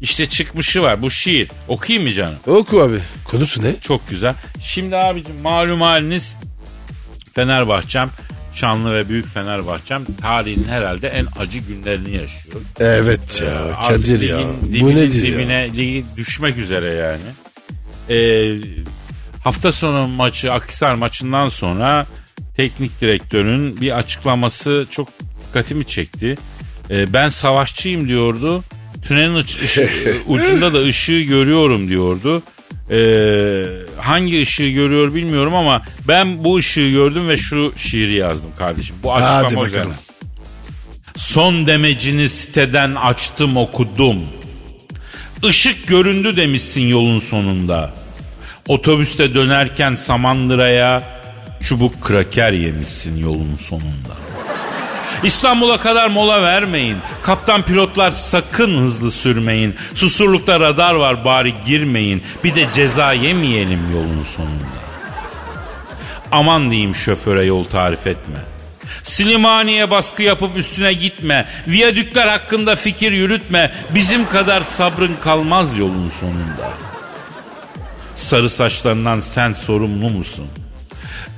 S2: İşte çıkmışı var bu şiir. Okuyayım mı canım?
S3: Oku abi. Konusu ne?
S2: Çok güzel. Şimdi abicim malum haliniz Fenerbahçem şanlı ve büyük Fenerbahçem tarihin herhalde en acı günlerini yaşıyor.
S3: Evet ya
S2: Artık
S3: Kadir ya.
S2: ligin
S3: Bu
S2: Ee, dibinin
S3: nedir
S2: dibine,
S3: ya?
S2: ligi düşmek üzere yani. Ee, hafta sonu maçı Akhisar maçından sonra teknik direktörün bir açıklaması çok dikkatimi çekti. Ee, ben savaşçıyım diyordu. Tünelin ıç- ışı- e, ucunda da ışığı görüyorum diyordu. Ee, hangi ışığı görüyor bilmiyorum ama ben bu ışığı gördüm ve şu şiiri yazdım kardeşim. Bu
S3: Hadi
S2: açıklama
S3: bakalım.
S2: üzerine. Son demecini siteden açtım okudum. Işık göründü demişsin yolun sonunda. Otobüste dönerken Samandıra'ya çubuk kraker yemişsin yolun sonunda. İstanbul'a kadar mola vermeyin. Kaptan pilotlar sakın hızlı sürmeyin. Susurlukta radar var bari girmeyin. Bir de ceza yemeyelim yolun sonunda. Aman diyeyim şoföre yol tarif etme. Silimani'ye baskı yapıp üstüne gitme. Viyadükler hakkında fikir yürütme. Bizim kadar sabrın kalmaz yolun sonunda. Sarı saçlarından sen sorumlu musun?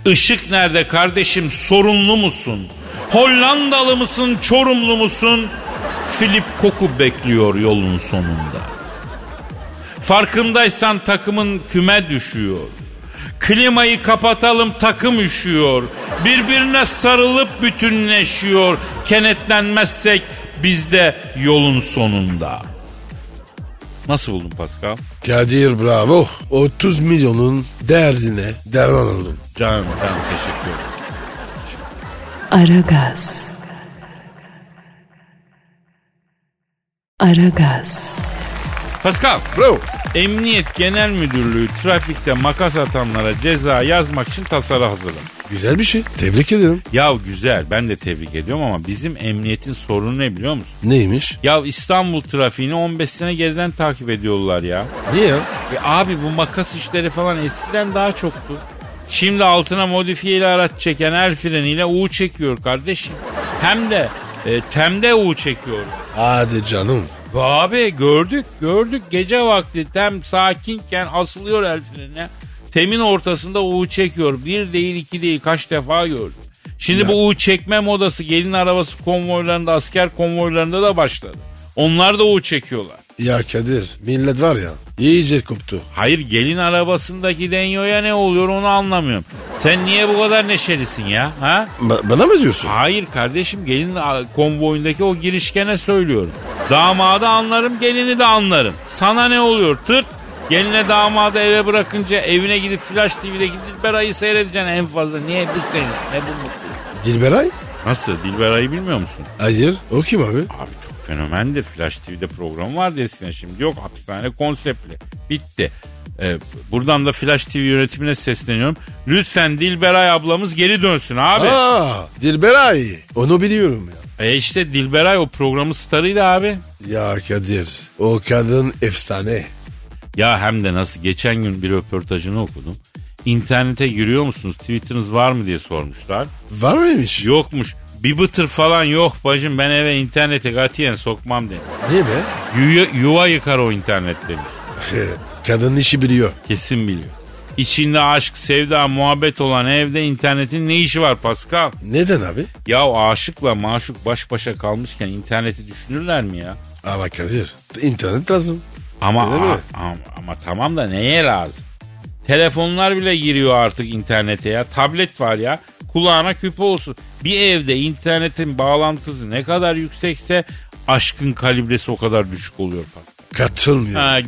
S2: Işık nerede kardeşim sorumlu musun? Hollandalı mısın, Çorumlu musun? Filip Koku bekliyor yolun sonunda. Farkındaysan takımın küme düşüyor. Klimayı kapatalım takım üşüyor. Birbirine sarılıp bütünleşiyor. Kenetlenmezsek biz de yolun sonunda. Nasıl buldun Pascal?
S3: Kadir bravo. 30 milyonun derdine derman oldum.
S2: Canım canım teşekkür ederim.
S1: Aragaz. Aragaz.
S2: Pascal,
S3: Bravo.
S2: Emniyet Genel Müdürlüğü trafikte makas atanlara ceza yazmak için tasarı hazırladı.
S3: Güzel bir şey. Tebrik ederim.
S2: Ya güzel ben de tebrik ediyorum ama bizim emniyetin sorunu ne biliyor musun?
S3: Neymiş?
S2: Ya İstanbul trafiğini 15 sene geriden takip ediyorlar ya.
S3: Niye ya?
S2: E abi bu makas işleri falan eskiden daha çoktu. Şimdi altına modifiyeli araç çeken el freniyle U çekiyor kardeşim. Hem de e, temde U çekiyor.
S3: Hadi canım.
S2: Abi gördük gördük gece vakti tem sakinken asılıyor el frenine. Temin ortasında U çekiyor. Bir değil iki değil kaç defa gördüm. Şimdi bu U çekme modası gelin arabası konvoylarında asker konvoylarında da başladı. Onlar da U çekiyorlar.
S3: Ya Kadir millet var ya iyice koptu.
S2: Hayır gelin arabasındaki denyoya ne oluyor onu anlamıyorum. Sen niye bu kadar neşelisin ya? Ha?
S3: Ba- bana mı diyorsun?
S2: Hayır kardeşim gelin a- konvoyundaki o girişkene söylüyorum. Damadı anlarım gelini de anlarım. Sana ne oluyor tırt? Geline damadı eve bırakınca evine gidip Flash TV'deki Dilberay'ı seyredeceksin en fazla. Niye bu senin? Ne bu mutlu?
S3: Dilberay?
S2: Nasıl Dilberay'ı bilmiyor musun?
S3: Hayır. O kim abi?
S2: Abi çok fenomendi. Flash TV'de program vardı eskiden şimdi yok. Hapishane konseptli. Bitti. Ee, buradan da Flash TV yönetimine sesleniyorum. Lütfen Dilberay ablamız geri dönsün abi.
S3: Aa, Dilberay. Onu biliyorum ya.
S2: E işte Dilberay o programın starıydı abi.
S3: Ya Kadir o kadın efsane.
S2: Ya hem de nasıl geçen gün bir röportajını okudum. İnternete giriyor musunuz? Twitter'ınız var mı diye sormuşlar.
S3: Var mıymış?
S2: Yokmuş. Bir bıtır falan yok bacım ben eve internete katiyen sokmam demiş.
S3: Değil mi?
S2: Yuva, yuva yıkar o internet demiş.
S3: Kadının işi biliyor.
S2: Kesin biliyor. İçinde aşk, sevda, muhabbet olan evde internetin ne işi var Pascal?
S3: Neden abi?
S2: Ya aşıkla maşuk baş başa kalmışken interneti düşünürler mi ya?
S3: Ama Kadir internet lazım.
S2: Ama
S3: Öyle mi?
S2: a- ama, ama tamam da neye lazım? Telefonlar bile giriyor artık internete ya. Tablet var ya. Kulağına küpe olsun. Bir evde internetin bağlantısı ne kadar yüksekse aşkın kalibresi o kadar düşük oluyor Pascal.
S3: Katılmıyor.
S2: Ha,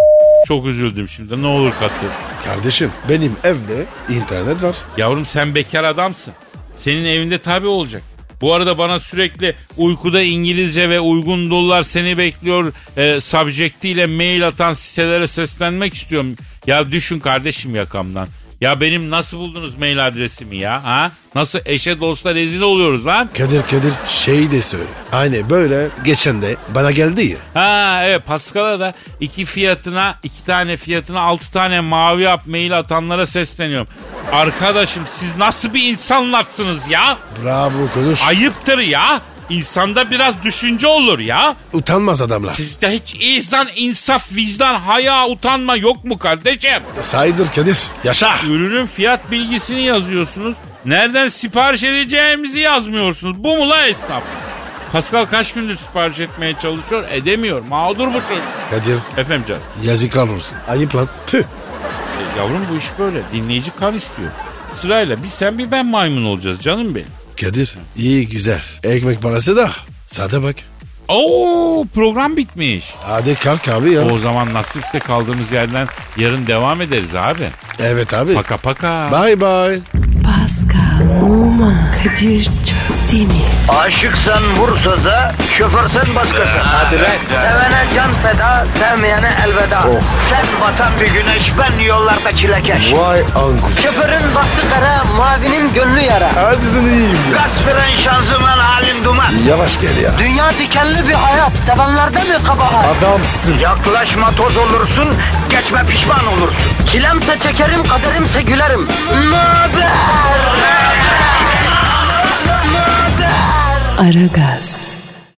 S2: çok üzüldüm şimdi. Ne olur katıl.
S3: Kardeşim benim evde internet var.
S2: Yavrum sen bekar adamsın. Senin evinde tabi olacak. Bu arada bana sürekli uykuda İngilizce ve uygun dolar seni bekliyor e, subjectiyle mail atan sitelere seslenmek istiyorum. Ya düşün kardeşim yakamdan. Ya benim nasıl buldunuz mail adresimi ya? Ha? Nasıl eşe dosta rezil oluyoruz lan?
S3: Kadir Kadir şey de söyle. Aynı böyle geçen de bana geldi ya.
S2: Ha evet Pascal'a da iki fiyatına iki tane fiyatına altı tane mavi yap mail atanlara sesleniyorum. Arkadaşım siz nasıl bir insanlarsınız ya?
S3: Bravo konuş.
S2: Ayıptır ya. İnsanda biraz düşünce olur ya.
S3: Utanmaz adamlar.
S2: Sizde hiç insan, insaf, vicdan, haya, utanma yok mu kardeşim?
S3: Saydır Kadir. Yaşa.
S2: Ürünün fiyat bilgisini yazıyorsunuz. Nereden sipariş edeceğimizi yazmıyorsunuz. Bu mu la esnaf? Pascal kaç gündür sipariş etmeye çalışıyor? Edemiyor. Mağdur bu çocuk.
S3: Kadir
S2: Efendim canım.
S3: yazıklar olsun. Ayıp lan. Tüh.
S2: E, yavrum bu iş böyle. Dinleyici kan istiyor. Sırayla bir sen bir ben maymun olacağız canım benim.
S3: Kadir iyi güzel. Ekmek parası da. Sade bak.
S2: Oo program bitmiş.
S3: Hadi kalk abi ya.
S2: O zaman nasipse kaldığımız yerden yarın devam ederiz abi.
S3: Evet abi.
S2: Paka paka.
S3: Bye bye.
S1: Pascal, Oman, Kadir çok değil mi?
S5: Aşıksan vursa da, şoförsen başkasın.
S3: Ee,
S5: Hadi Sevene can feda, sevmeyene elveda.
S3: Oh.
S5: Sen batan bir güneş, ben yollarda çilekeş.
S3: Vay anku.
S5: Şoförün baktı kara, mavinin gönlü yara.
S3: Hadi sen iyiyim ya.
S5: Kasperen şanzıman halin duman.
S3: Yavaş gel ya.
S5: Dünya dikenli bir hayat, sevenlerde mi kabahar?
S3: Adamsın.
S5: Yaklaşma toz olursun, geçme pişman olursun. Çilemse çekerim, kaderimse gülerim. Möber!
S1: Aragaz.